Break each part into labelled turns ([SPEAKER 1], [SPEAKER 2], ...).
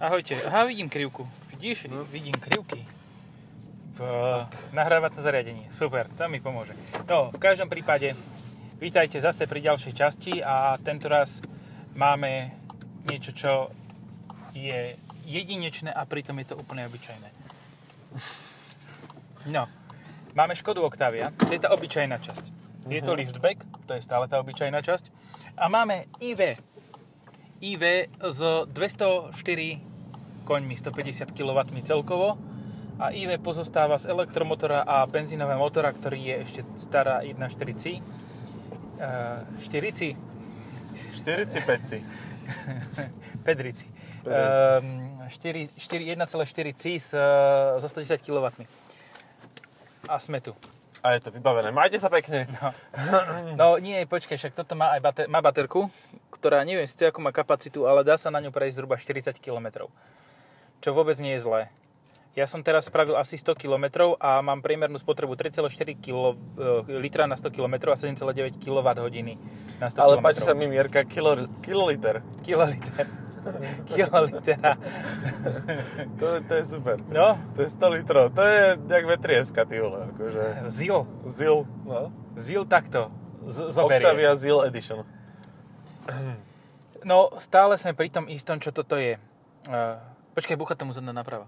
[SPEAKER 1] Ahojte. Aha, vidím krivku. Vidíš? No. Vidím krivky. V nahrávacom zariadení. Super, to mi pomôže. No, v každom prípade, vítajte zase pri ďalšej časti a tento raz máme niečo, čo je jedinečné a pritom je to úplne obyčajné. No, máme Škodu Octavia, to je tá obyčajná časť. Je to liftback, to je stále tá obyčajná časť. A máme IV, IV s 204 koňmi, 150 kW celkovo a IV pozostáva z elektromotora a benzínového motora, ktorý je ešte stará 1.4 C. Uh, 4 C,
[SPEAKER 2] 45 si.
[SPEAKER 1] Pedrici.
[SPEAKER 2] Pedrici.
[SPEAKER 1] Um, 4, 4, 1,4 C s, uh, so 110 kW. A sme tu.
[SPEAKER 2] A je to vybavené. Majte sa pekne.
[SPEAKER 1] No nie, počkaj, však toto má aj bater- má baterku, ktorá neviem síce ako má kapacitu, ale dá sa na ňu prejsť zhruba 40 km. Čo vôbec nie je zlé. Ja som teraz spravil asi 100 km a mám priemernú spotrebu 3,4 kilo, e, litra na 100 km a 7,9 kWh na 100
[SPEAKER 2] Ale
[SPEAKER 1] km.
[SPEAKER 2] páči sa mi mierka kilo, kiloliter.
[SPEAKER 1] Kiloliter. Kilolitera.
[SPEAKER 2] To, to je super.
[SPEAKER 1] No,
[SPEAKER 2] To je 100 litrov. To je jak vetrieska, ty vole. Akože.
[SPEAKER 1] zil.
[SPEAKER 2] Zil. No.
[SPEAKER 1] Zil takto. Z- zoberie.
[SPEAKER 2] Octavia Zil Edition.
[SPEAKER 1] No, stále sme pri tom istom, čo toto je. Uh, počkaj, bucha tomu zadná naprava.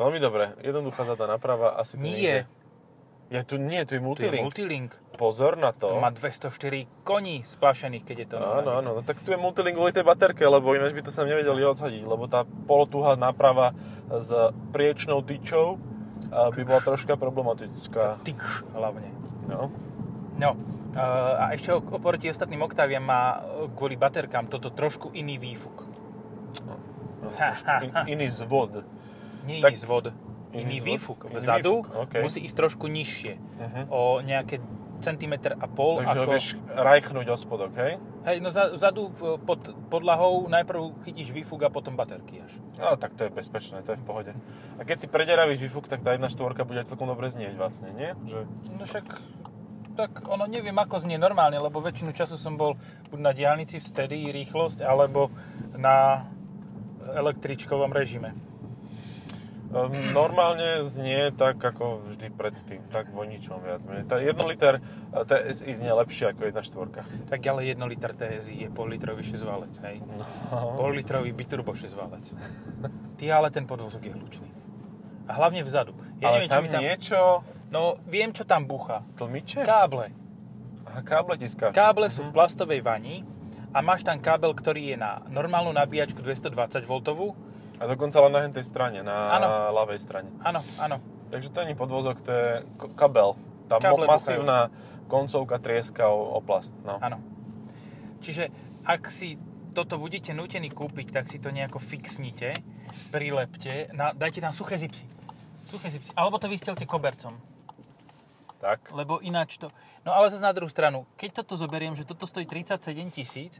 [SPEAKER 2] Veľmi dobre. Jednoduchá zadá naprava. Asi to
[SPEAKER 1] Nie,
[SPEAKER 2] Je tu, nie, tu je
[SPEAKER 1] tu je
[SPEAKER 2] multilink.
[SPEAKER 1] multilink.
[SPEAKER 2] Pozor na to.
[SPEAKER 1] To má 204 koní splašených, keď je to
[SPEAKER 2] Áno, áno, no tak tu je multilink kvôli tej baterke, lebo ináč by to sa nevedeli odsadiť, lebo tá polotuhá náprava s priečnou tyčou a, by bola troška problematická.
[SPEAKER 1] Tyč hlavne.
[SPEAKER 2] No.
[SPEAKER 1] No, e, a ešte ok- oproti ostatným Octaviam má e, kvôli baterkám toto trošku iný výfuk.
[SPEAKER 2] No,
[SPEAKER 1] Ha, ha,
[SPEAKER 2] in,
[SPEAKER 1] ha.
[SPEAKER 2] iný zvod.
[SPEAKER 1] Nie
[SPEAKER 2] Tak-
[SPEAKER 1] iný zvod, iný,
[SPEAKER 2] iný zvod,
[SPEAKER 1] výfuk.
[SPEAKER 2] iný
[SPEAKER 1] Vzadu
[SPEAKER 2] výfuk, okej.
[SPEAKER 1] musí ísť trošku nižšie,
[SPEAKER 2] Mhm.
[SPEAKER 1] o nejaké centimetr a pol.
[SPEAKER 2] Takže ho
[SPEAKER 1] ako...
[SPEAKER 2] vieš rajchnúť o spodok, hej?
[SPEAKER 1] Hej, no za- vzadu v- pod podlahou najprv chytíš výfuk a potom baterky až.
[SPEAKER 2] No, tak to je bezpečné, to je v pohode. A keď si prederavíš výfuk, tak tá jedna štvorka bude celkom dobre znieť vlastne, nie? Že...
[SPEAKER 1] No však, tak ono neviem, ako znie normálne, lebo väčšinu času som bol buď na diálnici vtedy rýchlosť, alebo na električkovom režime. Mhm.
[SPEAKER 2] Ehm, Normálne znie tak, ako vždy predtým, tak vo ničom viac. menej. Tá 1 liter e, TSI znie lepšie ako 1 štvorka.
[SPEAKER 1] Tak ale 1 liter TSI je pollitrový šesťvalec, hej? Pollitrový biturbo šesťvalec. Ty ale ten podvozok je hlučný. A hlavne vzadu. Ja
[SPEAKER 2] Ale
[SPEAKER 1] neviem,
[SPEAKER 2] tam,
[SPEAKER 1] či mi tam...
[SPEAKER 2] niečo...
[SPEAKER 1] No, viem, čo tam búcha.
[SPEAKER 2] Tlmiče? Ká...
[SPEAKER 1] Káble.
[SPEAKER 2] Aha, káble tiskáč.
[SPEAKER 1] Káble sú v plastovej vani a máš tam kábel, ktorý je na normálnu nabíjačku 220V.
[SPEAKER 2] A dokonca len na hentej strane, na
[SPEAKER 1] Áno.
[SPEAKER 2] ľavej strane.
[SPEAKER 1] Áno, áno.
[SPEAKER 2] Takže to nie je podvozok, to je k- kabel. Tá
[SPEAKER 1] Káble
[SPEAKER 2] mo- masívna koncovka trieska o, o plast. No.
[SPEAKER 1] Áno. Čiže ak si toto budete nutení kúpiť, tak si to nejako fixnite, prilepte, na, dajte tam suché zipsy. Suché zipsy. Alebo to vystelte kobercom.
[SPEAKER 2] Tak.
[SPEAKER 1] Lebo ináč to... No ale zase na druhú stranu, keď toto zoberiem, že toto stojí 37 tisíc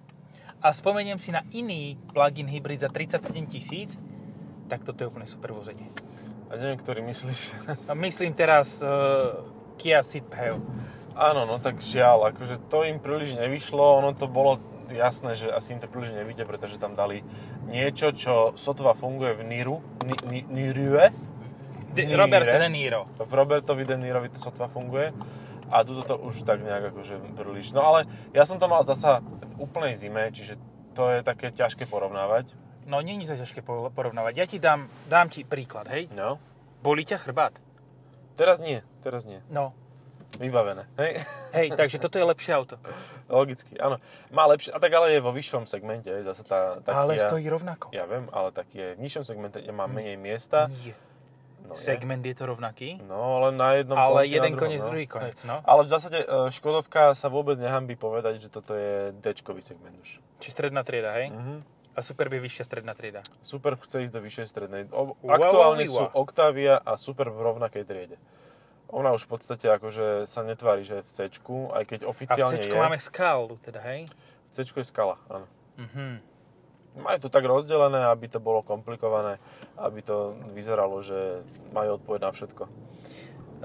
[SPEAKER 1] a spomeniem si na iný plug-in hybrid za 37 tisíc, tak toto je úplne super vozenie.
[SPEAKER 2] A neviem, ktorý myslíš teraz.
[SPEAKER 1] No, myslím teraz uh, Kia Ceed-Peo.
[SPEAKER 2] Áno, no tak žiaľ, akože to im príliš nevyšlo, ono to bolo jasné, že asi im to príliš nevyjde, pretože tam dali niečo, čo sotva funguje v Niru, ni, ni, Nirue,
[SPEAKER 1] De-
[SPEAKER 2] Niro.
[SPEAKER 1] Robert De Niro.
[SPEAKER 2] v Robertovi De Nirovi to sotva funguje a tuto to už tak nejak akože príliš. No ale ja som to mal zasa v úplnej zime, čiže to je také ťažké porovnávať.
[SPEAKER 1] No, nie je to ťažké po- porovnávať. Ja ti dám, dám ti príklad, hej.
[SPEAKER 2] No.
[SPEAKER 1] Bolí ťa chrbát?
[SPEAKER 2] Teraz nie, teraz nie.
[SPEAKER 1] No.
[SPEAKER 2] Vybavené. Hej?
[SPEAKER 1] Hej, takže toto je lepšie auto.
[SPEAKER 2] No, Logicky, áno. Má lepšie, a tak ale je vo vyššom segmente, hej, zasa tá, tá
[SPEAKER 1] ale
[SPEAKER 2] Kia-
[SPEAKER 1] stojí rovnako.
[SPEAKER 2] Ja viem, ale tak je v nižšom segmente, kde má menej miesta.
[SPEAKER 1] Nie.
[SPEAKER 2] No, je.
[SPEAKER 1] Segment je to rovnaký,
[SPEAKER 2] No, len na jednom
[SPEAKER 1] ale
[SPEAKER 2] konci,
[SPEAKER 1] jeden
[SPEAKER 2] na druhom,
[SPEAKER 1] koniec,
[SPEAKER 2] no.
[SPEAKER 1] druhý koniec, no.
[SPEAKER 2] Ale v zásade e, Škodovka sa vôbec nehambí povedať, že toto je d segment už.
[SPEAKER 1] Či stredná trieda, hej?
[SPEAKER 2] Mhm.
[SPEAKER 1] A Superb je vyššia stredná trieda.
[SPEAKER 2] Super chce ísť do vyššej strednej. O,
[SPEAKER 1] Wow,
[SPEAKER 2] aktuálne
[SPEAKER 1] wow,
[SPEAKER 2] sú
[SPEAKER 1] wow.
[SPEAKER 2] Octavia a Super v rovnakej triede. Ona už v podstate akože sa netvári, že je v C, aj keď
[SPEAKER 1] A v
[SPEAKER 2] oficiálne
[SPEAKER 1] C
[SPEAKER 2] je.
[SPEAKER 1] máme skálu, teda, hej?
[SPEAKER 2] C je skala, áno.
[SPEAKER 1] Mhm.
[SPEAKER 2] Majú No, to tak rozdelené, aby to bolo komplikované, aby to vyzeralo, že majú odpoveď na všetko.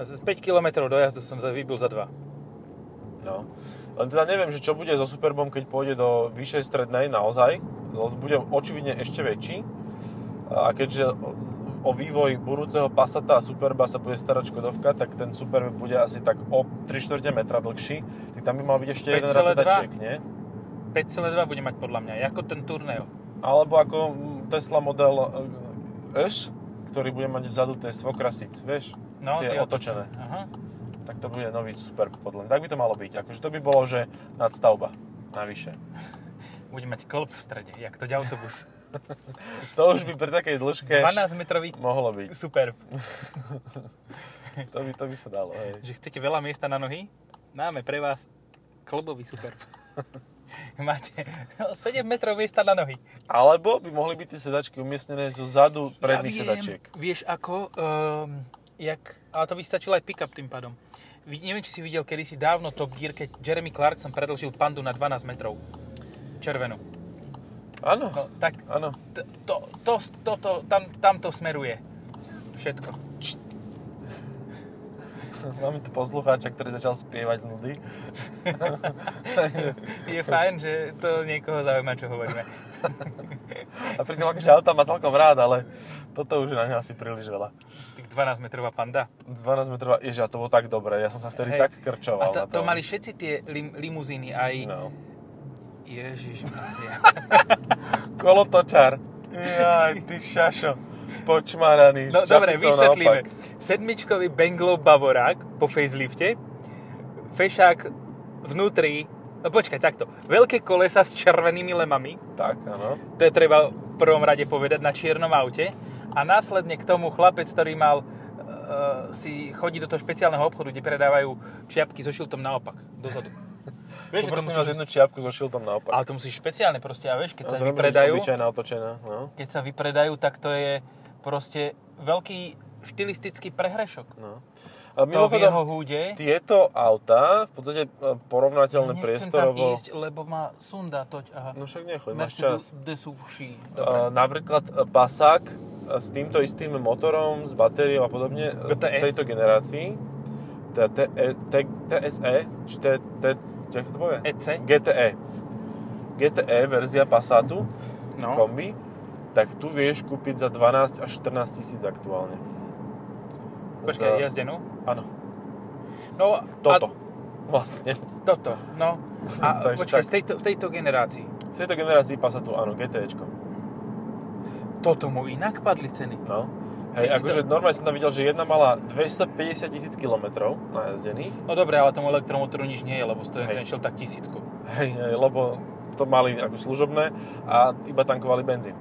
[SPEAKER 1] A Z 5 km dojazdu som za- vybil za 2.
[SPEAKER 2] No. Len teda neviem, že čo bude so Superbom, keď pôjde do vyššej strednej naozaj. Lebo Bude očividne ešte väčší. A A keďže o- o vývoj budúceho Passata a Superba sa bude starať Škodovka, tak ten Superb bude asi tak o 3 čtvrte metra dlhší, tak tam by mal byť ešte jeden
[SPEAKER 1] 5,2?
[SPEAKER 2] racetačiek, nie?
[SPEAKER 1] 5,2 bude mať podľa mňa, ako ten Tourneo.
[SPEAKER 2] Alebo ako Tesla model eh, S, ktorý bude mať vzadu tie svokrasic, vieš?
[SPEAKER 1] No,
[SPEAKER 2] Tie
[SPEAKER 1] tie
[SPEAKER 2] otočené.
[SPEAKER 1] Aha.
[SPEAKER 2] Tak to bude nový Superb podľa mňa. Tak by to malo byť. Akože to by bolo, že nadstavba. Navyše.
[SPEAKER 1] Bude mať klop v strede, jak to ďa autobus.
[SPEAKER 2] To už by pri takej dĺžke
[SPEAKER 1] 12-metrový
[SPEAKER 2] mohlo byť.
[SPEAKER 1] superb.
[SPEAKER 2] To by, to by sa dalo, hej.
[SPEAKER 1] Že chcete veľa miesta na nohy? Máme pre vás klobový superb. Máte 7 metrov miesta na nohy.
[SPEAKER 2] Alebo by mohli byť tie sedačky umiestnené zo zadu predných
[SPEAKER 1] viem,
[SPEAKER 2] sedačiek.
[SPEAKER 1] Vieš ako, um, jak, ale to by stačilo aj pick-up tým pádom. Vy- Neviem, či si videl kedysi dávno Top Gear, keď Jeremy Clarkson predlžil pandu na 12 metrov. Červenú.
[SPEAKER 2] Áno,
[SPEAKER 1] No, tak
[SPEAKER 2] áno.
[SPEAKER 1] t- to, to, to, to, tam, tam to smeruje. Všetko. Č-
[SPEAKER 2] Máme tu poslucháča, ktorý začal spievať nudy. Takže-
[SPEAKER 1] Je fajn, že to niekoho zaujíma, čo hovoríme.
[SPEAKER 2] A pritom akože auta má celkom rád, ale toto už je na ňa asi príliš veľa.
[SPEAKER 1] Tých 12 metrová panda.
[SPEAKER 2] 12 metrová, ježi, a to bolo tak dobré, ja som sa vtedy
[SPEAKER 1] Hej.
[SPEAKER 2] tak
[SPEAKER 1] A
[SPEAKER 2] krčoval
[SPEAKER 1] to,
[SPEAKER 2] na
[SPEAKER 1] to
[SPEAKER 2] tom.
[SPEAKER 1] mali všetci tie lim, limuzíny, aj... No.
[SPEAKER 2] No.
[SPEAKER 1] Ježiš,
[SPEAKER 2] Kolotočar. Jaj, ty šašo. Počmaraný.
[SPEAKER 1] No
[SPEAKER 2] s
[SPEAKER 1] dobre,
[SPEAKER 2] čapicou
[SPEAKER 1] vysvetlíme.
[SPEAKER 2] naopak.
[SPEAKER 1] Sedmičkový Benglo Bavorák po facelifte, fešák vnútri, no počkaj, takto, veľké kolesa s červenými lemami,
[SPEAKER 2] Tak, áno.
[SPEAKER 1] to je treba v prvom rade povedať na čiernom aute, a následne k tomu chlapec, ktorý mal eh, si chodí do toho špeciálneho obchodu, kde predávajú čiapky so šiltom naopak, dozadu. Vieš, že to
[SPEAKER 2] Poprosím
[SPEAKER 1] musíš,
[SPEAKER 2] vás jednu čiapku so šiltom naopak.
[SPEAKER 1] ale to musíš špeciálne proste, a vieš, keď sa
[SPEAKER 2] No, to nemôže byť
[SPEAKER 1] vypredajú,
[SPEAKER 2] Obyčajná otočená, no.
[SPEAKER 1] keď sa vypredajú, tak to je proste veľký štilistický prehrešok.
[SPEAKER 2] no. A
[SPEAKER 1] To v jeho
[SPEAKER 2] mimochodom,
[SPEAKER 1] húde.
[SPEAKER 2] tieto autá, v podstate e,
[SPEAKER 1] No, Nechcem
[SPEAKER 2] porovnateľné
[SPEAKER 1] tam
[SPEAKER 2] priestorovo...
[SPEAKER 1] ísť, lebo ma sunda toť. Aha.
[SPEAKER 2] No však nechoď, máš čas.
[SPEAKER 1] Mercedes de Souvši.
[SPEAKER 2] Uh, napríklad e, Passat e, s týmto istým motorom, s batériou a podobne e,
[SPEAKER 1] GTE.
[SPEAKER 2] tejto generácii, teda T- E- T- TSE, či T, T, jak sa to povie?
[SPEAKER 1] EC?
[SPEAKER 2] GTE. GTE E verzia Passatu
[SPEAKER 1] No.
[SPEAKER 2] kombi, tak tu vieš kúpiť za 12 až 14 tisíc aktuálne.
[SPEAKER 1] Počkaj, jazdenú.
[SPEAKER 2] Áno,
[SPEAKER 1] No,
[SPEAKER 2] toto.
[SPEAKER 1] A
[SPEAKER 2] Vlastne.
[SPEAKER 1] toto, no.
[SPEAKER 2] To
[SPEAKER 1] A
[SPEAKER 2] je
[SPEAKER 1] počkaj,
[SPEAKER 2] tak.
[SPEAKER 1] z tejto, v tejto generácii.
[SPEAKER 2] V tejto generácii Passatu, áno, GTEčko.
[SPEAKER 1] Toto mu inak padli ceny.
[SPEAKER 2] No.
[SPEAKER 1] Keď
[SPEAKER 2] Hej,
[SPEAKER 1] si
[SPEAKER 2] akože normálne som tam videl, že jedna mala 250 tisíc kilometrov najazdených
[SPEAKER 1] No dobre, ale tomu elektromotoru nič nie je, lebo stojí
[SPEAKER 2] Hej.
[SPEAKER 1] ten šiel tak tisícku.
[SPEAKER 2] Hej, hej, lebo to mali ako služobné a iba tankovali benzín.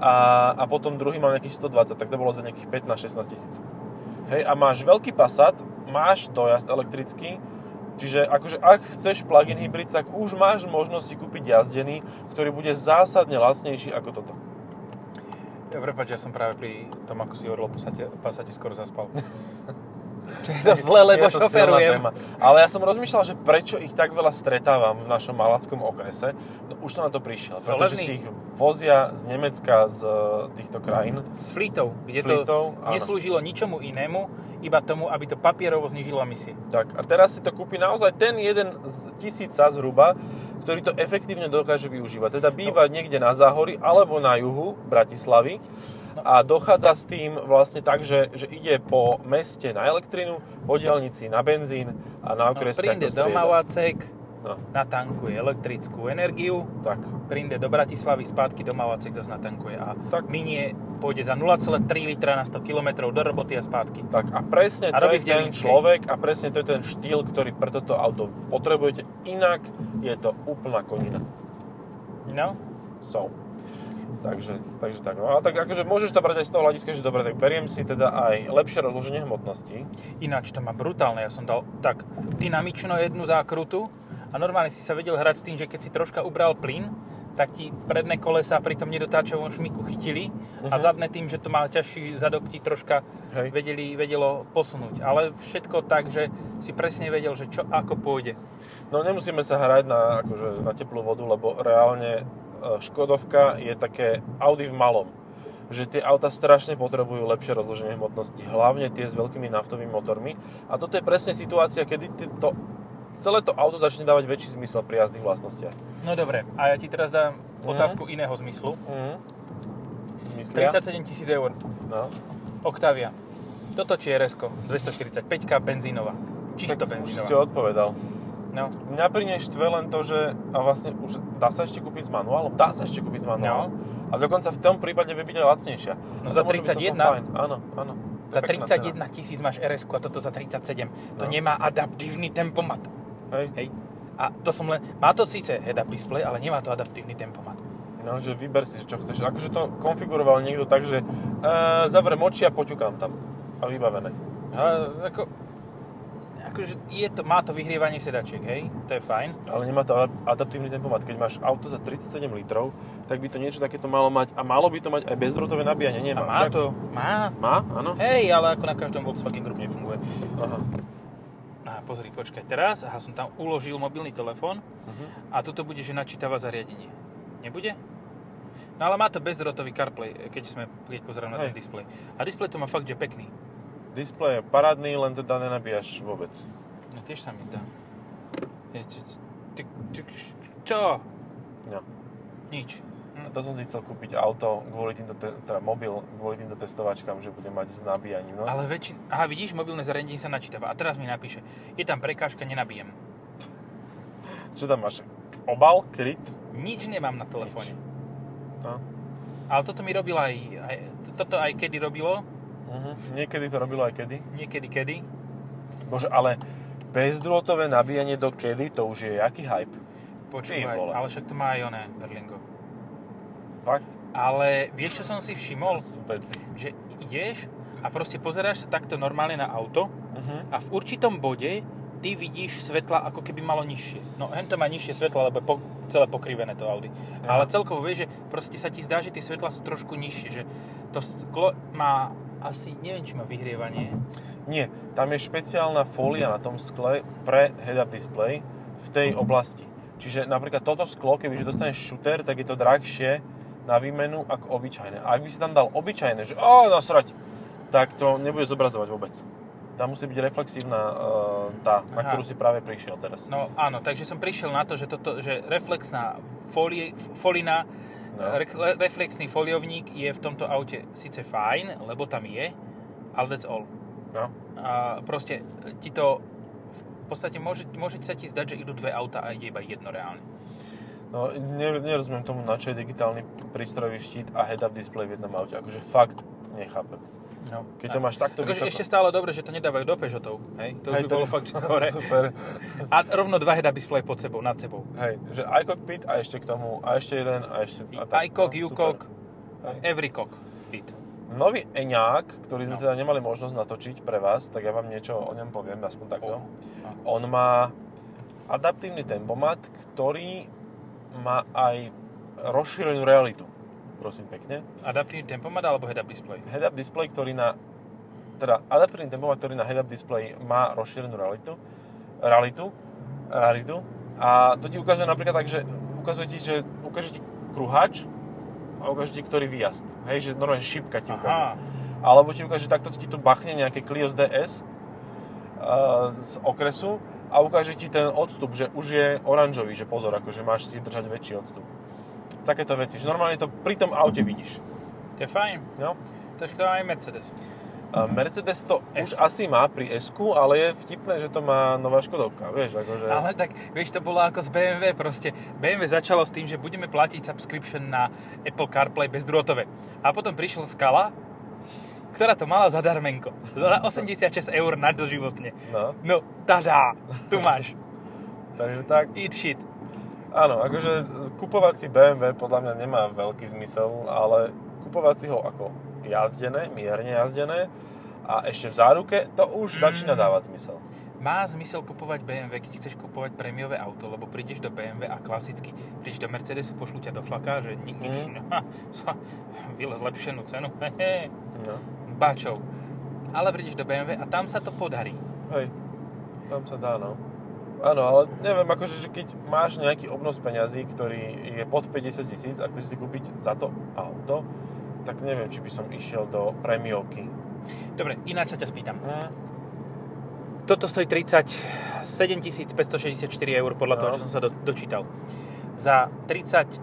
[SPEAKER 2] A, a potom druhý mal nejakých 120, tak to bolo za nejakých 15-16 tisíc. Hej, a máš veľký Passat, máš dojazd elektrický, čiže akože ak chceš plug-in hybrid, tak už máš možnosť si kúpiť jazdený, ktorý bude zásadne lacnejší ako toto.
[SPEAKER 1] Ja prepáč, ja som práve pri tom, ako si hovoril o Passate, Passate skoro zaspal. Čo je to zle, lebo
[SPEAKER 2] Je to silná
[SPEAKER 1] šoferujem.
[SPEAKER 2] téma. Ale ja som rozmýšľal, že prečo ich tak veľa stretávam v našom malackom okrese. No, už som na to prišiel,
[SPEAKER 1] Solevný?
[SPEAKER 2] pretože si ich vozia z Nemecka, z e, týchto krajín.
[SPEAKER 1] S flítou, kde
[SPEAKER 2] s flitou,
[SPEAKER 1] to neslúžilo ničomu inému, iba tomu, aby to papierovo znižilo emisie.
[SPEAKER 2] Tak, a teraz si to kúpi naozaj ten jeden z tisíca zhruba, ktorý to efektívne dokáže využívať. Teda
[SPEAKER 1] No.
[SPEAKER 2] býva niekde na Záhori alebo na juhu Bratislavy a dochádza s tým vlastne tak, že, že ide po meste na elektrinu, po dielnici na benzín a
[SPEAKER 1] No,
[SPEAKER 2] na okreskách
[SPEAKER 1] príde do
[SPEAKER 2] to strieda.
[SPEAKER 1] Mavácek,
[SPEAKER 2] No,
[SPEAKER 1] natankuje elektrickú energiu,
[SPEAKER 2] tak.
[SPEAKER 1] príde do Bratislavy, spátky do Mavácek zase natankuje a tak.
[SPEAKER 2] Tak.
[SPEAKER 1] minie, pôjde za 0,3 litra na 100 km do roboty a spátky.
[SPEAKER 2] Tak a
[SPEAKER 1] A
[SPEAKER 2] presne to
[SPEAKER 1] robí v
[SPEAKER 2] je ten
[SPEAKER 1] Devinskej.
[SPEAKER 2] človek a presne to je ten štýl, ktorý pre toto auto potrebujete. Inak je to úplná konina.
[SPEAKER 1] No,
[SPEAKER 2] So. Takže, takže tak. No a tak akože môžeš to brať aj z toho hľadiska, že dobre, tak beriem si teda aj lepšie rozloženie hmotnosti.
[SPEAKER 1] ináč to má brutálne, ja som dal tak dynamično jednu zákrutu a normálne si sa vedel hrať s tým, že keď si troška ubral plyn, tak ti predné kolesa pri tom nedotáčovom šmiku chytili a
[SPEAKER 2] Mhm.
[SPEAKER 1] zadné tým, že to má ťažší zadok, ti troška
[SPEAKER 2] Hej.
[SPEAKER 1] vedeli, vedelo posunúť. Ale všetko tak, že si presne vedel, že čo ako pôjde.
[SPEAKER 2] No nemusíme sa hrať na, akože, na teplú vodu, lebo reálne e, Škodovka je také Audi v malom. Že tie auta strašne potrebujú lepšie rozloženie hmotnosti, hlavne tie s veľkými naftovými motormi. A toto je presne situácia, kedy ty- to, celé to auto začne dávať väčší zmysel pri jazdných vlastnostiach.
[SPEAKER 1] No dobre, a ja ti teraz dám
[SPEAKER 2] Mhm.
[SPEAKER 1] otázku iného zmyslu.
[SPEAKER 2] Mhm. Austria.
[SPEAKER 1] 37 tisíc eur.
[SPEAKER 2] No.
[SPEAKER 1] Octavia. Toto či rs 245 benzínová. Čisto
[SPEAKER 2] Tak Už si si
[SPEAKER 1] benzínová.
[SPEAKER 2] odpovedal.
[SPEAKER 1] No.
[SPEAKER 2] Mňa pri nej štve len to, že a vlastne už dá sa ešte kúpiť s manuálom? Dá sa ešte kúpiť s manuálom. A dokonca v tom prípade vie byť aj lacnejšia.
[SPEAKER 1] No
[SPEAKER 2] To
[SPEAKER 1] za
[SPEAKER 2] môže byť celkom
[SPEAKER 1] 31?
[SPEAKER 2] fajn. Áno, áno. To
[SPEAKER 1] Za
[SPEAKER 2] je pekná
[SPEAKER 1] 31 tisíc máš rs a toto za 37. To
[SPEAKER 2] teda. No.
[SPEAKER 1] nemá adaptívny tempomat.
[SPEAKER 2] cena. Hej.
[SPEAKER 1] Hej. A to som len... Má to síce head-up display, ale nemá to adaptívny tempomat.
[SPEAKER 2] No, že vyber si, čo chceš. Akože to konfiguroval niekto tak, že uh, zavrem oči a poťukám tam. A vybavené.
[SPEAKER 1] A, ako, akože je to, má to vyhrievanie sedačiek, hej? To je fajn.
[SPEAKER 2] Ale nemá to ad- adaptívny tempomat. Keď máš auto za 37 litrov, tak by to niečo takéto malo mať. A malo by to mať aj bezdrotové nabíjanie.
[SPEAKER 1] A
[SPEAKER 2] Nemá.
[SPEAKER 1] má
[SPEAKER 2] však?
[SPEAKER 1] to, má.
[SPEAKER 2] Má? Áno?
[SPEAKER 1] Hej, ale ako na každom Volkswagen Group nefunguje. No
[SPEAKER 2] Aha.
[SPEAKER 1] A pozri, počkaj, teraz, aha, som tam uložil mobilný telefón
[SPEAKER 2] Mhm.
[SPEAKER 1] a toto bude, že načítava zariadenie. Nebude? No ale má to bezdrotový CarPlay, keď, sme, keď pozerám na ten
[SPEAKER 2] Hej.
[SPEAKER 1] displej. A displej to má fakt, že pekný.
[SPEAKER 2] Displej je parádny, len teda nenabíjaš vôbec.
[SPEAKER 1] No tiež sa mi zdá. Je, čo, ty, ty, čo?
[SPEAKER 2] No.
[SPEAKER 1] Nič. Hm.
[SPEAKER 2] To som si chcel kúpiť auto, kvôli týmto te- teda mobil, kvôli týmto testovačkám, že bude mať s nabíjaním. No.
[SPEAKER 1] Ale väčšin... Aha, vidíš, mobilné zariadenie sa načítava. A teraz mi napíše, je tam prekážka, nenabijem.
[SPEAKER 2] Čo tam máš? Obal? Kryt?
[SPEAKER 1] Nič nemám na telefóne.
[SPEAKER 2] No.
[SPEAKER 1] Ale toto mi robilo aj, aj... Toto aj kedy robilo,
[SPEAKER 2] Mhm. Niekedy to robilo aj kedy.
[SPEAKER 1] niekedy kedy.
[SPEAKER 2] Bože, ale bezdrôtové nabíjanie do kedy, to už je jaký hype.
[SPEAKER 1] Počúvaj,
[SPEAKER 2] Ty vole.
[SPEAKER 1] ale však to má aj oné, Berlingo.
[SPEAKER 2] Fakt?
[SPEAKER 1] Ale vieš, čo som si všimol?
[SPEAKER 2] Cez vec.
[SPEAKER 1] Že ideš a proste pozeráš sa takto normálne na auto
[SPEAKER 2] Mhm.
[SPEAKER 1] a v určitom bode ty vidíš svetla ako keby malo nižšie. No hen to má nižšie svetla, lebo je po, celé pokrivené to Audi.
[SPEAKER 2] Ja.
[SPEAKER 1] Ale celkovo vieš, že proste sa ti zdá, že tie svetla sú trošku nižšie, že to sklo má asi, neviem, či má vyhrievanie.
[SPEAKER 2] Nie, tam je špeciálna fólia na tom skle pre head-up display v
[SPEAKER 1] Mhm.
[SPEAKER 2] tej oblasti. Čiže napríklad toto sklo, kebyže dostaneš šuter, tak je to drahšie na výmenu ako obyčajné. A ak by si tam dal obyčajné, že o, nasrať, tak to nebude zobrazovať vôbec. Tam musí byť reflexívna e, tá, na
[SPEAKER 1] Aha.
[SPEAKER 2] ktorú si práve prišiel teraz.
[SPEAKER 1] No áno, takže som prišiel na to, že, toto, že reflexná folie, f- folina,
[SPEAKER 2] No.
[SPEAKER 1] re- reflexný foliovník je v tomto aute síce fajn, lebo tam je, ale that's all.
[SPEAKER 2] No.
[SPEAKER 1] A proste e, ti to, v podstate môže, môže sa ti zdať, že idú dve auta a ide iba jedno reálne.
[SPEAKER 2] No, ne, nerozumiem tomu, na čo je digitálny prístrojový štít a head-up display v jednom aute. Akože fakt nechápem.
[SPEAKER 1] No,
[SPEAKER 2] Keď to máš takto
[SPEAKER 1] Akože ešte stále dobre, že to nedávajú do Peugeotov, hej? To by
[SPEAKER 2] Hej,
[SPEAKER 1] bolo fakt, že chore.
[SPEAKER 2] Super.
[SPEAKER 1] A rovno dva head-up display pod sebou, nad sebou.
[SPEAKER 2] Hej, že aj cockpit a ešte k tomu, a ešte jeden, a ešte... A tak.
[SPEAKER 1] iCog,
[SPEAKER 2] No,
[SPEAKER 1] UCog,
[SPEAKER 2] super. Hej.
[SPEAKER 1] every cock. Bit.
[SPEAKER 2] Nový Eňák, ktorý sme
[SPEAKER 1] No.
[SPEAKER 2] teda nemali možnosť natočiť pre vás, tak ja vám niečo o ňom poviem, aspoň
[SPEAKER 1] O.
[SPEAKER 2] takto.
[SPEAKER 1] No.
[SPEAKER 2] On má adaptívny tempomat, ktorý má aj rozšírenú realitu. Prosím pekne.
[SPEAKER 1] Adaptívny tempomat alebo head-up display?
[SPEAKER 2] Head-up display, ktorý na... Teda adaptívny tempomat, ktorý na head-up display má rozšírenú realitu. Realitu. Realitu. A to ti ukazuje napríklad tak, že ukazuje ti, že ukáže ti kruhač a ukáže ti, ktorý výjazd. Hej, že normálne šipka ti ukáže.
[SPEAKER 1] Aha,
[SPEAKER 2] Alebo ti ukáže, že takto ti tu bachne nejaké Clio z DS uh, e, z okresu a ukáže ti ten odstup, že už je oranžový, že pozor, akože máš si držať väčší odstup. Takéto veci, že normálne to pri tom aute vidíš.
[SPEAKER 1] to je fajn.
[SPEAKER 2] No.
[SPEAKER 1] To je aj Mercedes.
[SPEAKER 2] A Mercedes to
[SPEAKER 1] S.
[SPEAKER 2] už asi má pri s ale je vtipné, že to má nová Škodovka, vieš, akože...
[SPEAKER 1] Ale tak, vieš, to bolo ako z BMW proste. BMW začalo s tým, že budeme platiť subscription na Apple CarPlay bezdrôtové. A potom prišiel Skala, ktorá to mala zadarmenko. Za 86 eur na doživotne.
[SPEAKER 2] No,
[SPEAKER 1] No, tadá, tu máš.
[SPEAKER 2] takže tak.
[SPEAKER 1] Eat shit.
[SPEAKER 2] Áno, akože kupovať si BMW podľa mňa nemá veľký zmysel, ale kupovať si ho ako jazdené, mierne jazdené a ešte v záruke, to už
[SPEAKER 1] Mm.
[SPEAKER 2] začína dávať zmysel.
[SPEAKER 1] Má zmysel kupovať BMW, keď chceš kupovať prémiové auto, lebo prídeš do BMW a klasicky prídeš do Mercedesu, pošlu ťa do flaka, že ni- nič,
[SPEAKER 2] Mm.
[SPEAKER 1] mm. ha, sa- vylez lepšenú cenu, hehe,
[SPEAKER 2] No.
[SPEAKER 1] bačov. Ale prídeš do BMW a tam sa to podarí.
[SPEAKER 2] Hej, tam sa dá, no. Áno, ale neviem, akože, že keď máš nejaký obnos peňazí, ktorý je pod 50 tisíc a chceš si kúpiť za to auto, tak neviem, či by som išiel do premiovky.
[SPEAKER 1] Dobre, ináč sa ťa spýtam.
[SPEAKER 2] Mm.
[SPEAKER 1] Toto stojí 37 564 eur podľa
[SPEAKER 2] No.
[SPEAKER 1] toho, čo som sa do, dočítal. Za 36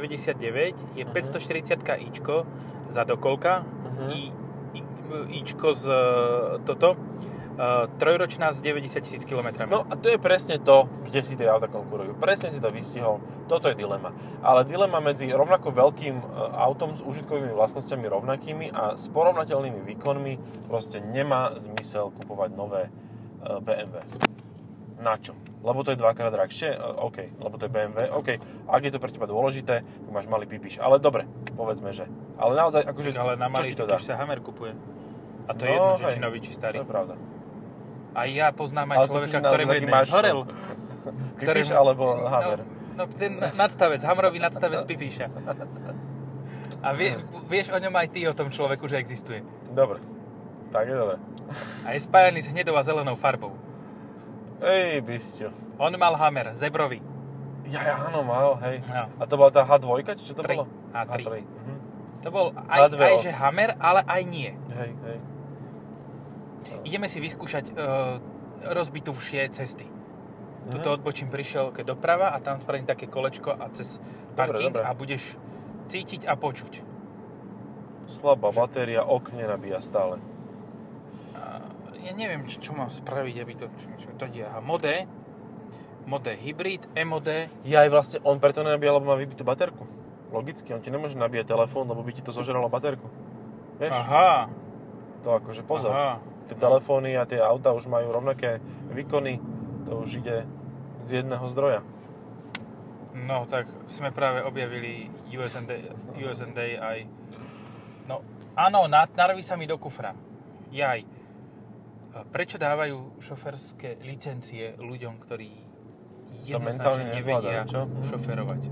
[SPEAKER 1] 499 je
[SPEAKER 2] Mhm.
[SPEAKER 1] 540 ičko za dokolka.
[SPEAKER 2] Mhm.
[SPEAKER 1] I, i, ičko z e, toto. Uh, trojročná s 90 tisíc km.
[SPEAKER 2] No a to je presne to, kde si tie auta konkurujú. Presne si to vystihol. Toto je dilema. Ale dilema medzi rovnako veľkým e, autom s užitkovými vlastnosťami rovnakými a s porovnateľnými výkonmi proste nemá zmysel kupovať nové e, BMW. Na čo? Lebo to je dvakrát drahšie? E, OK. Lebo to je BMW? OK. Ak je to pre teba dôležité, tak máš malý pipiš. Ale dobre, povedzme, že. Ale naozaj, akože,
[SPEAKER 1] ale na
[SPEAKER 2] čo
[SPEAKER 1] malý
[SPEAKER 2] ti to dá?
[SPEAKER 1] už sa Hammer kupuje. A to je
[SPEAKER 2] No,
[SPEAKER 1] jedno, že
[SPEAKER 2] hej.
[SPEAKER 1] či nový, či starý.
[SPEAKER 2] To je pravda.
[SPEAKER 1] A ja poznám aj
[SPEAKER 2] Ale to
[SPEAKER 1] človeka,
[SPEAKER 2] už je naozaj
[SPEAKER 1] ktorému
[SPEAKER 2] taký
[SPEAKER 1] jeden
[SPEAKER 2] mačko.
[SPEAKER 1] zhorel.
[SPEAKER 2] Pipiš
[SPEAKER 1] ktorému-
[SPEAKER 2] alebo Hammer?
[SPEAKER 1] No, no ten nadstavec, Hamrový nadstavec Pipíša. A vie, vieš o ňom aj ty, o tom človeku, že existuje.
[SPEAKER 2] Dobre. Tak je dobre.
[SPEAKER 1] A je spájaný s hnedou a zelenou farbou.
[SPEAKER 2] Ej, bysťo.
[SPEAKER 1] On mal Hammer, zebrový.
[SPEAKER 2] Ja, ja, áno, mal, hej.
[SPEAKER 1] No.
[SPEAKER 2] A to bola tá H2, či čo to
[SPEAKER 1] Tri.
[SPEAKER 2] bolo?
[SPEAKER 1] H3.
[SPEAKER 2] H3. Mhm.
[SPEAKER 1] To bol aj,
[SPEAKER 2] H2O.
[SPEAKER 1] aj že Hammer, ale aj nie.
[SPEAKER 2] Hej, hej.
[SPEAKER 1] Ideme si vyskúšať e, rozbitú všie cesty. Tuto
[SPEAKER 2] Mhm.
[SPEAKER 1] odbočím prišiel ke doprava a tam spravím také kolečko a cez parking
[SPEAKER 2] dobre.
[SPEAKER 1] a budeš cítiť a počuť.
[SPEAKER 2] Slabá batéria, ok nenabíja stále.
[SPEAKER 1] ja neviem, čo, čo mám spraviť, aby to, čo, čo to diaha. Modé, modé hybrid, emodé,
[SPEAKER 2] Ja aj vlastne, on preto nenabíja, lebo má vybitú baterku. Logicky, on ti nemôže nabíjať telefón, lebo by ti to zožralo baterku. Vieš,
[SPEAKER 1] aha,
[SPEAKER 2] to akože pozor.
[SPEAKER 1] aha.
[SPEAKER 2] Tie telefóny a tie auta už majú rovnaké výkony, to už ide z jedného zdroja.
[SPEAKER 1] No tak sme práve objavili USND, USND aj... No áno, na- narví sa mi do kufra. Jaj. Prečo dávajú šoferské licencie ľuďom, ktorí
[SPEAKER 2] mentálne
[SPEAKER 1] jednoznačne
[SPEAKER 2] nezvládajú,
[SPEAKER 1] nevedia
[SPEAKER 2] čo?
[SPEAKER 1] šoferovať?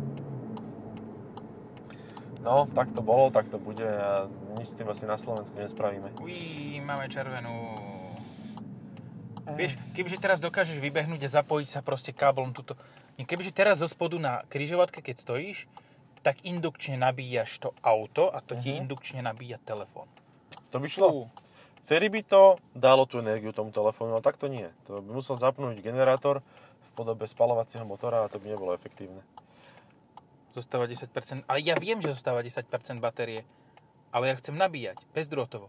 [SPEAKER 2] No, tak to bolo, tak to bude a nič s tým asi na Slovensku nespravíme.
[SPEAKER 1] Uí, máme červenú.
[SPEAKER 2] Eh.
[SPEAKER 1] Vieš, kebyže teraz dokážeš vybehnúť a zapojiť sa proste káblom tuto. Nie, Kebyže teraz zo spodu na kryžovatke, keď stojíš, tak indukčne nabíjaš to auto a to ti
[SPEAKER 2] Mhm.
[SPEAKER 1] indukčne nabíja telefón.
[SPEAKER 2] To by šlo.
[SPEAKER 1] Fú.
[SPEAKER 2] Vtedy by to dalo tú energiu tomu telefónu, ale takto nie. To by musel zapnúť generátor v podobe spalovacieho motora a to by nebolo efektívne.
[SPEAKER 1] Zostáva 10%, ale ja viem, že zostáva 10% batérie, ale ja chcem nabíjať bezdrôtovo.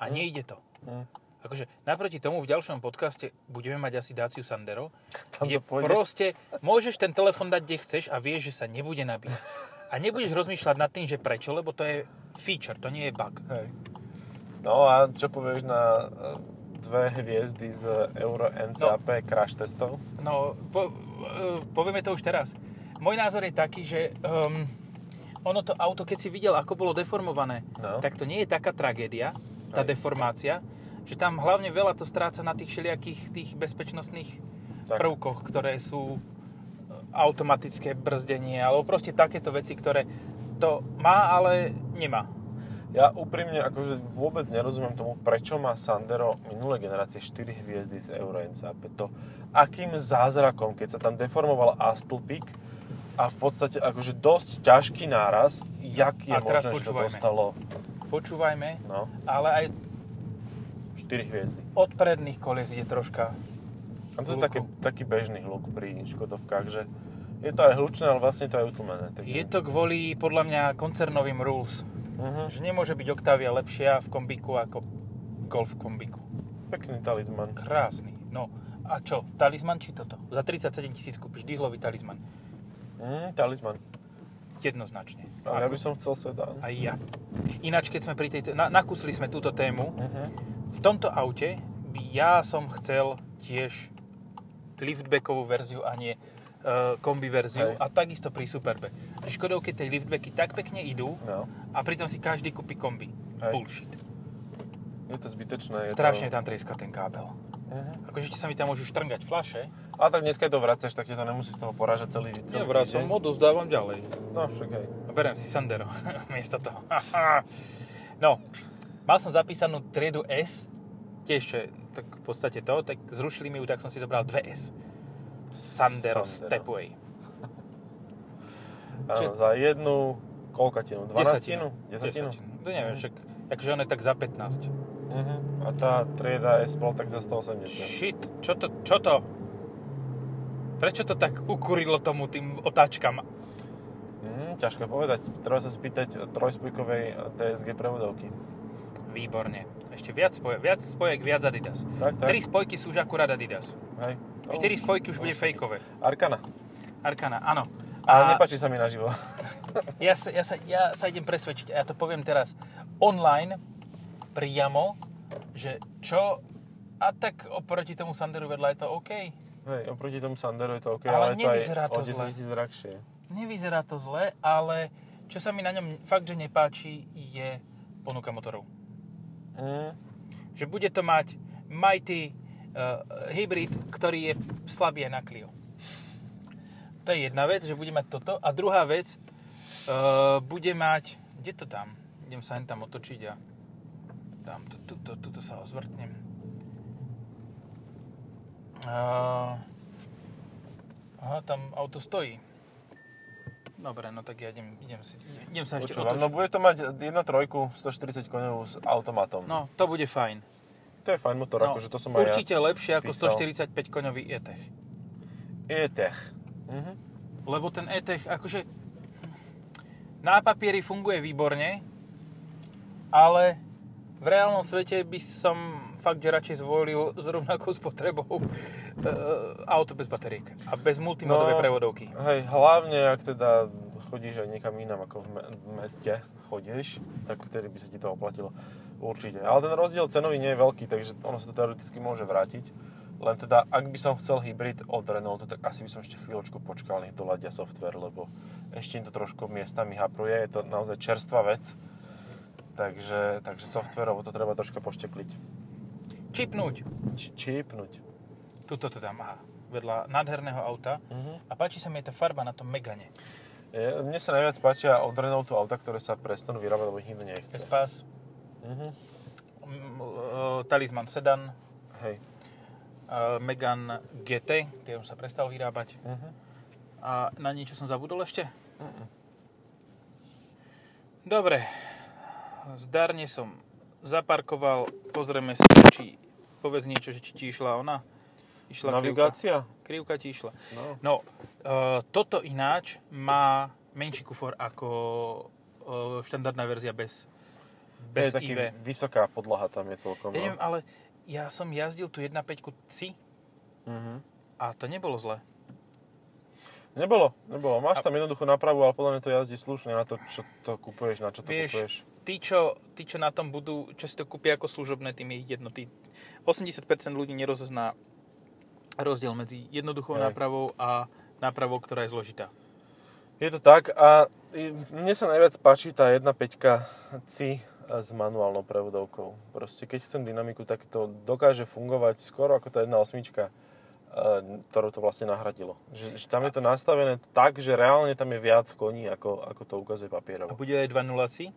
[SPEAKER 1] A
[SPEAKER 2] Mhm.
[SPEAKER 1] nejde to.
[SPEAKER 2] Hm.
[SPEAKER 1] Akože naproti tomu v ďalšom podcaste budeme mať asi Daciu Sandero,
[SPEAKER 2] Tam
[SPEAKER 1] kde
[SPEAKER 2] to pôjde.
[SPEAKER 1] proste môžeš ten telefon dať, kde chceš a vieš, že sa nebude nabíjať. A nebudeš rozmýšľať nad tým, že prečo, lebo to je feature, to nie je bug.
[SPEAKER 2] Hej. No a čo povieš na e, dve hviezdy z Euro NCAP crash testov?
[SPEAKER 1] No, po, e, povieme to už teraz. Môj názor je taký, že um, ono to auto, keď si videl, ako bolo deformované,
[SPEAKER 2] No.
[SPEAKER 1] tak to nie je taká tragédia, tá
[SPEAKER 2] Hej.
[SPEAKER 1] deformácia, že tam hlavne veľa to stráca na tých všelijakých tých bezpečnostných
[SPEAKER 2] Tak.
[SPEAKER 1] prvkoch, ktoré sú e, automatické brzdenie, alebo proste takéto veci, ktoré to má, ale nemá.
[SPEAKER 2] Ja úprimne akože vôbec nerozumiem tomu, prečo má Sandero minulé generácie 4 hviezdy z Euro NCAP. To akým zázrakom, keď sa tam deformoval Astlpik a v podstate akože dosť ťažký náraz, jak je
[SPEAKER 1] A teraz
[SPEAKER 2] možné, že to
[SPEAKER 1] počúvajme.
[SPEAKER 2] dostalo
[SPEAKER 1] Počúvajme,
[SPEAKER 2] no,
[SPEAKER 1] ale aj
[SPEAKER 2] 4 hviezdy.
[SPEAKER 1] od predných kolies je troška
[SPEAKER 2] A to je
[SPEAKER 1] Hluku.
[SPEAKER 2] taký, taký bežný hluk pri Škodovkách, že je to aj hlučné, ale vlastne to aj utlmené. Takže...
[SPEAKER 1] Je to kvôli podľa mňa koncernovým rules,
[SPEAKER 2] Mhm.
[SPEAKER 1] že nemôže byť Octavia lepšia v kombiku ako Golf v kombiku.
[SPEAKER 2] Pekný talizman.
[SPEAKER 1] Krásny. No a čo, talizman či toto? Za 37 tisíc kúpiš dieslový talizman.
[SPEAKER 2] Mm, talizman.
[SPEAKER 1] Jednoznačne.
[SPEAKER 2] Ale No, ja
[SPEAKER 1] Ako-
[SPEAKER 2] by som chcel sedán.
[SPEAKER 1] Aj ja. Ináč, keď sme pri tej... Na, nakusli sme túto tému.
[SPEAKER 2] Mhm.
[SPEAKER 1] V tomto aute by ja som chcel tiež liftbackovú verziu a nie e, kombi verziu
[SPEAKER 2] Hej.
[SPEAKER 1] a takisto pri Superbe. Že Škodovke tej liftbacky tak pekne idú
[SPEAKER 2] No.
[SPEAKER 1] a pritom si každý kúpi kombi.
[SPEAKER 2] Hej.
[SPEAKER 1] Bullshit.
[SPEAKER 2] Je to zbytočné. Je
[SPEAKER 1] Strašne
[SPEAKER 2] to...
[SPEAKER 1] tam trieska ten kábel.
[SPEAKER 2] Mhm.
[SPEAKER 1] Akože ti sa mi tam môžu štrngať flaše.
[SPEAKER 2] A tak dneska to vracaš, tak ti to nemusí z toho porážať celý, celý týždeň.
[SPEAKER 1] odozdávam ďalej.
[SPEAKER 2] No však hej.
[SPEAKER 1] A Berem si Sandero miesto toho. no, mal som zapísanú triedu S, tiež čo je, tak v podstate to, tak zrušili mi ju, tak som si zobral 2S. Sandero, Stepway.
[SPEAKER 2] Áno,
[SPEAKER 1] Čiže-
[SPEAKER 2] za jednu, koľko ti? no, Dvanastinu? Desatinu?
[SPEAKER 1] Desatinu. To No neviem, však, akože on je tak za 15.
[SPEAKER 2] Mhm. A tá trieda S bol tak za 180.
[SPEAKER 1] Shit, čo to, čo to? Prečo to tak ukurilo tomu tým otáčkam?
[SPEAKER 2] Mm, ťažko povedať. Treba sa spýtať trojspojkovej TSG prevodovky.
[SPEAKER 1] Výborne. Ešte viac, spoje, viac spojek, viac Adidas.
[SPEAKER 2] Tak, tak.
[SPEAKER 1] Tri spojky sú už akurát Adidas.
[SPEAKER 2] Hej. To
[SPEAKER 1] Štyri
[SPEAKER 2] už-
[SPEAKER 1] spojky už
[SPEAKER 2] to
[SPEAKER 1] bude fejkové.
[SPEAKER 2] Arkana.
[SPEAKER 1] Arkana, áno.
[SPEAKER 2] Ale nepáči sa mi naživo.
[SPEAKER 1] ja, sa, ja, sa, ja sa idem presvedčiť, a ja to poviem teraz online, priamo, že čo, a tak oproti tomu Sanderu vedľa je to OK.
[SPEAKER 2] Hej, oproti tomu Sanderu je to OK,
[SPEAKER 1] Ale
[SPEAKER 2] ale, je to aj
[SPEAKER 1] nevyzerá to
[SPEAKER 2] o 10
[SPEAKER 1] zle.
[SPEAKER 2] 000 drahšie.
[SPEAKER 1] Nevyzerá to zle, ale čo sa mi na ňom fakt, že nepáči, je ponuka motorov.
[SPEAKER 2] Mm,
[SPEAKER 1] Že bude to mať Mighty uh, hybrid, ktorý je slabý aj na Clio. To je jedna vec, že bude mať toto. A druhá vec, uh, bude mať... Kde to dám? Idem sa len tam otočiť a... Tam, tu, tu, tu, tuto sa ozvrtnem. Uh, aha, tam auto stojí. Dobre, no tak ja idem, idem, si, idem sa ešte
[SPEAKER 2] počúvam.
[SPEAKER 1] otočiť.
[SPEAKER 2] No bude to mať 1.3 140 koňovú s automatom.
[SPEAKER 1] No, to bude fajn.
[SPEAKER 2] To je fajn motor, akože to som aj
[SPEAKER 1] No, určite lepšie ako
[SPEAKER 2] písal.
[SPEAKER 1] 145 koňový e-tech.
[SPEAKER 2] ja. E-tech. Mhm.
[SPEAKER 1] Lebo ten e-tech, akože na papieri funguje výborne, ale v reálnom svete by som fakt, že radšej zvolil s rovnakou spotrebou e, auto bez bateriek a bez multimodovej
[SPEAKER 2] No.
[SPEAKER 1] prevodovky.
[SPEAKER 2] Hej, hlavne ak teda chodíš aj niekam inam ako v, me- v meste chodíš, tak vtedy by sa ti to oplatilo. Určite. Ale ten rozdiel cenový nie je veľký, takže ono sa to teoreticky môže vrátiť. Len teda, ak by som chcel hybrid od Renaultu, tak asi by som ešte chvíľočku počkal, nech doladia software, lebo ešte im to trošku miestami hapruje, je to naozaj čerstvá vec. Takže, takže softverovo to treba troška poštekliť.
[SPEAKER 1] Čipnúť.
[SPEAKER 2] Či, čípnuť.
[SPEAKER 1] Tuto to dám, aha, vedľa nádherného auta.
[SPEAKER 2] Mhm.
[SPEAKER 1] A páči sa mi aj tá farba na tom Megane.
[SPEAKER 2] Je- Mne sa najviac páčia od Renaultu auta, ktoré sa prestanú vyrábať, lebo ich nikto nechce.
[SPEAKER 1] Espace,
[SPEAKER 2] Mhm.
[SPEAKER 1] m, e, Talisman Sedan,
[SPEAKER 2] Hej.
[SPEAKER 1] e, Megane GT, ktorý už sa prestal vyrábať.
[SPEAKER 2] Mhm.
[SPEAKER 1] A na niečo som zabudol ešte? Dobre. Zdarne som zaparkoval. Pozrieme sa, či povedz niečo, že či ti išla ona. Išla
[SPEAKER 2] Navigácia?
[SPEAKER 1] Krivka. krivka ti išla.
[SPEAKER 2] No.
[SPEAKER 1] No, e, toto ináč má menší kufor ako e, štandardná verzia bez, bez
[SPEAKER 2] je taký
[SPEAKER 1] IV.
[SPEAKER 2] vysoká podlaha tam je celkom.
[SPEAKER 1] Ja
[SPEAKER 2] no.
[SPEAKER 1] neviem, ale ja som jazdil tu 1.5 C
[SPEAKER 2] Mhm.
[SPEAKER 1] a to nebolo zle.
[SPEAKER 2] Nebolo, nebolo. Máš tam jednoduchú nápravu, ale podľa mňa to jazdí slušne na to, čo to kupuješ, na čo to
[SPEAKER 1] Vieš,
[SPEAKER 2] kupuješ.
[SPEAKER 1] tí čo, tí, čo na tom budú, čo si to kúpia ako služobné, tým je ich jedno. Tí 80% ľudí nerozozná rozdiel medzi jednoduchou
[SPEAKER 2] Hej.
[SPEAKER 1] nápravou a nápravou, ktorá je zložitá.
[SPEAKER 2] Je to tak a i- mne sa najviac páči tá 1.5 C e, s manuálnou prevodovkou. Proste keď chcem dynamiku, tak to dokáže fungovať skoro ako tá 1.8, e, ktorú to vlastne nahradilo. Že, že tam je to nastavené tak, že reálne tam je viac koní, ako, ako to ukazuje
[SPEAKER 1] A
[SPEAKER 2] papierovo.
[SPEAKER 1] bude aj 2.0,
[SPEAKER 2] E,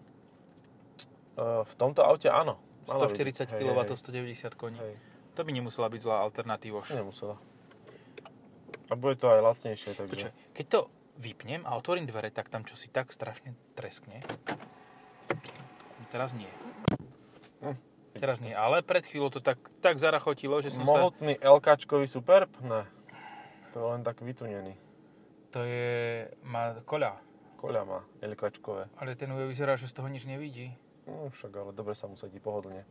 [SPEAKER 2] V tomto aute áno. Malo byť.
[SPEAKER 1] 140
[SPEAKER 2] Hej,
[SPEAKER 1] kW,
[SPEAKER 2] hej,
[SPEAKER 1] 190 koní.
[SPEAKER 2] hej.
[SPEAKER 1] To by nemusela byť zlá alternatíva.
[SPEAKER 2] Nemusela. A bude to aj lacnejšie, takže...
[SPEAKER 1] Počkaj, keď to vypnem a otvorím dvere, tak tam čosi tak strašne treskne. Teraz nie.
[SPEAKER 2] Hm,
[SPEAKER 1] Teraz nie, ale pred chvíľou to tak, tak zarachotilo, že som sa...
[SPEAKER 2] Mohutný LKčkový Superb? Ne. To je len tak vytunený.
[SPEAKER 1] To je... má koľa.
[SPEAKER 2] Koľa má LKčkové.
[SPEAKER 1] Ale ten ujo vyzerá, že z toho nič nevidí.
[SPEAKER 2] No, však ale dobre sa mu sedí, pohodlne.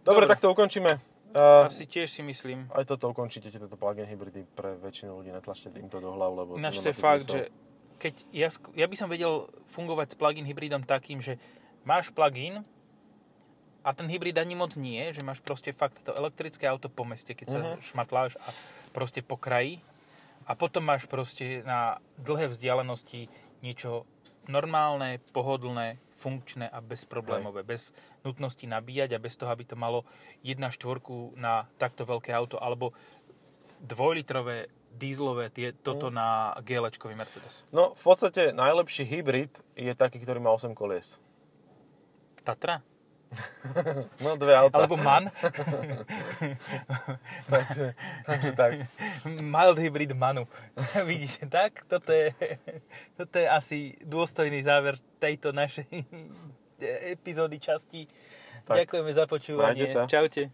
[SPEAKER 2] Dobre,
[SPEAKER 1] Dobre.
[SPEAKER 2] tak to ukončíme. Uh,
[SPEAKER 1] Asi tiež si myslím.
[SPEAKER 2] aj toto ukončíte, tieto plug-in hybridy pre väčšinu ľudí, netlačte im to do hlav, lebo...
[SPEAKER 1] Ináč to
[SPEAKER 2] nemá
[SPEAKER 1] je fakt,
[SPEAKER 2] zmysel.
[SPEAKER 1] že keď ja, sk- ja by som vedel fungovať s plug-in hybridom takým, že máš plug-in a ten hybrid ani moc nie, že máš proste fakt to elektrické auto po meste, keď sa
[SPEAKER 2] Mhm.
[SPEAKER 1] šmatláš a proste po kraji a potom máš proste na dlhé vzdialenosti niečo normálne, pohodlné, funkčné a bezproblémové. Bez nutnosti nabíjať a bez toho, aby to malo 1 štvorku na takto veľké auto alebo dvojlitrové dízlové tie, toto na GLčkový Mercedes.
[SPEAKER 2] No, v podstate najlepší hybrid je taký, ktorý má 8 kolies.
[SPEAKER 1] Tatra?
[SPEAKER 2] No, dve auta.
[SPEAKER 1] Alebo MAN?
[SPEAKER 2] takže, takže tak.
[SPEAKER 1] Mild hybrid MANu. Vidíte, tak? Toto je, toto je asi dôstojný záver tejto našej epizódy časti.
[SPEAKER 2] Tak.
[SPEAKER 1] Ďakujeme za počúvanie.
[SPEAKER 2] Majte sa.
[SPEAKER 1] Čaute.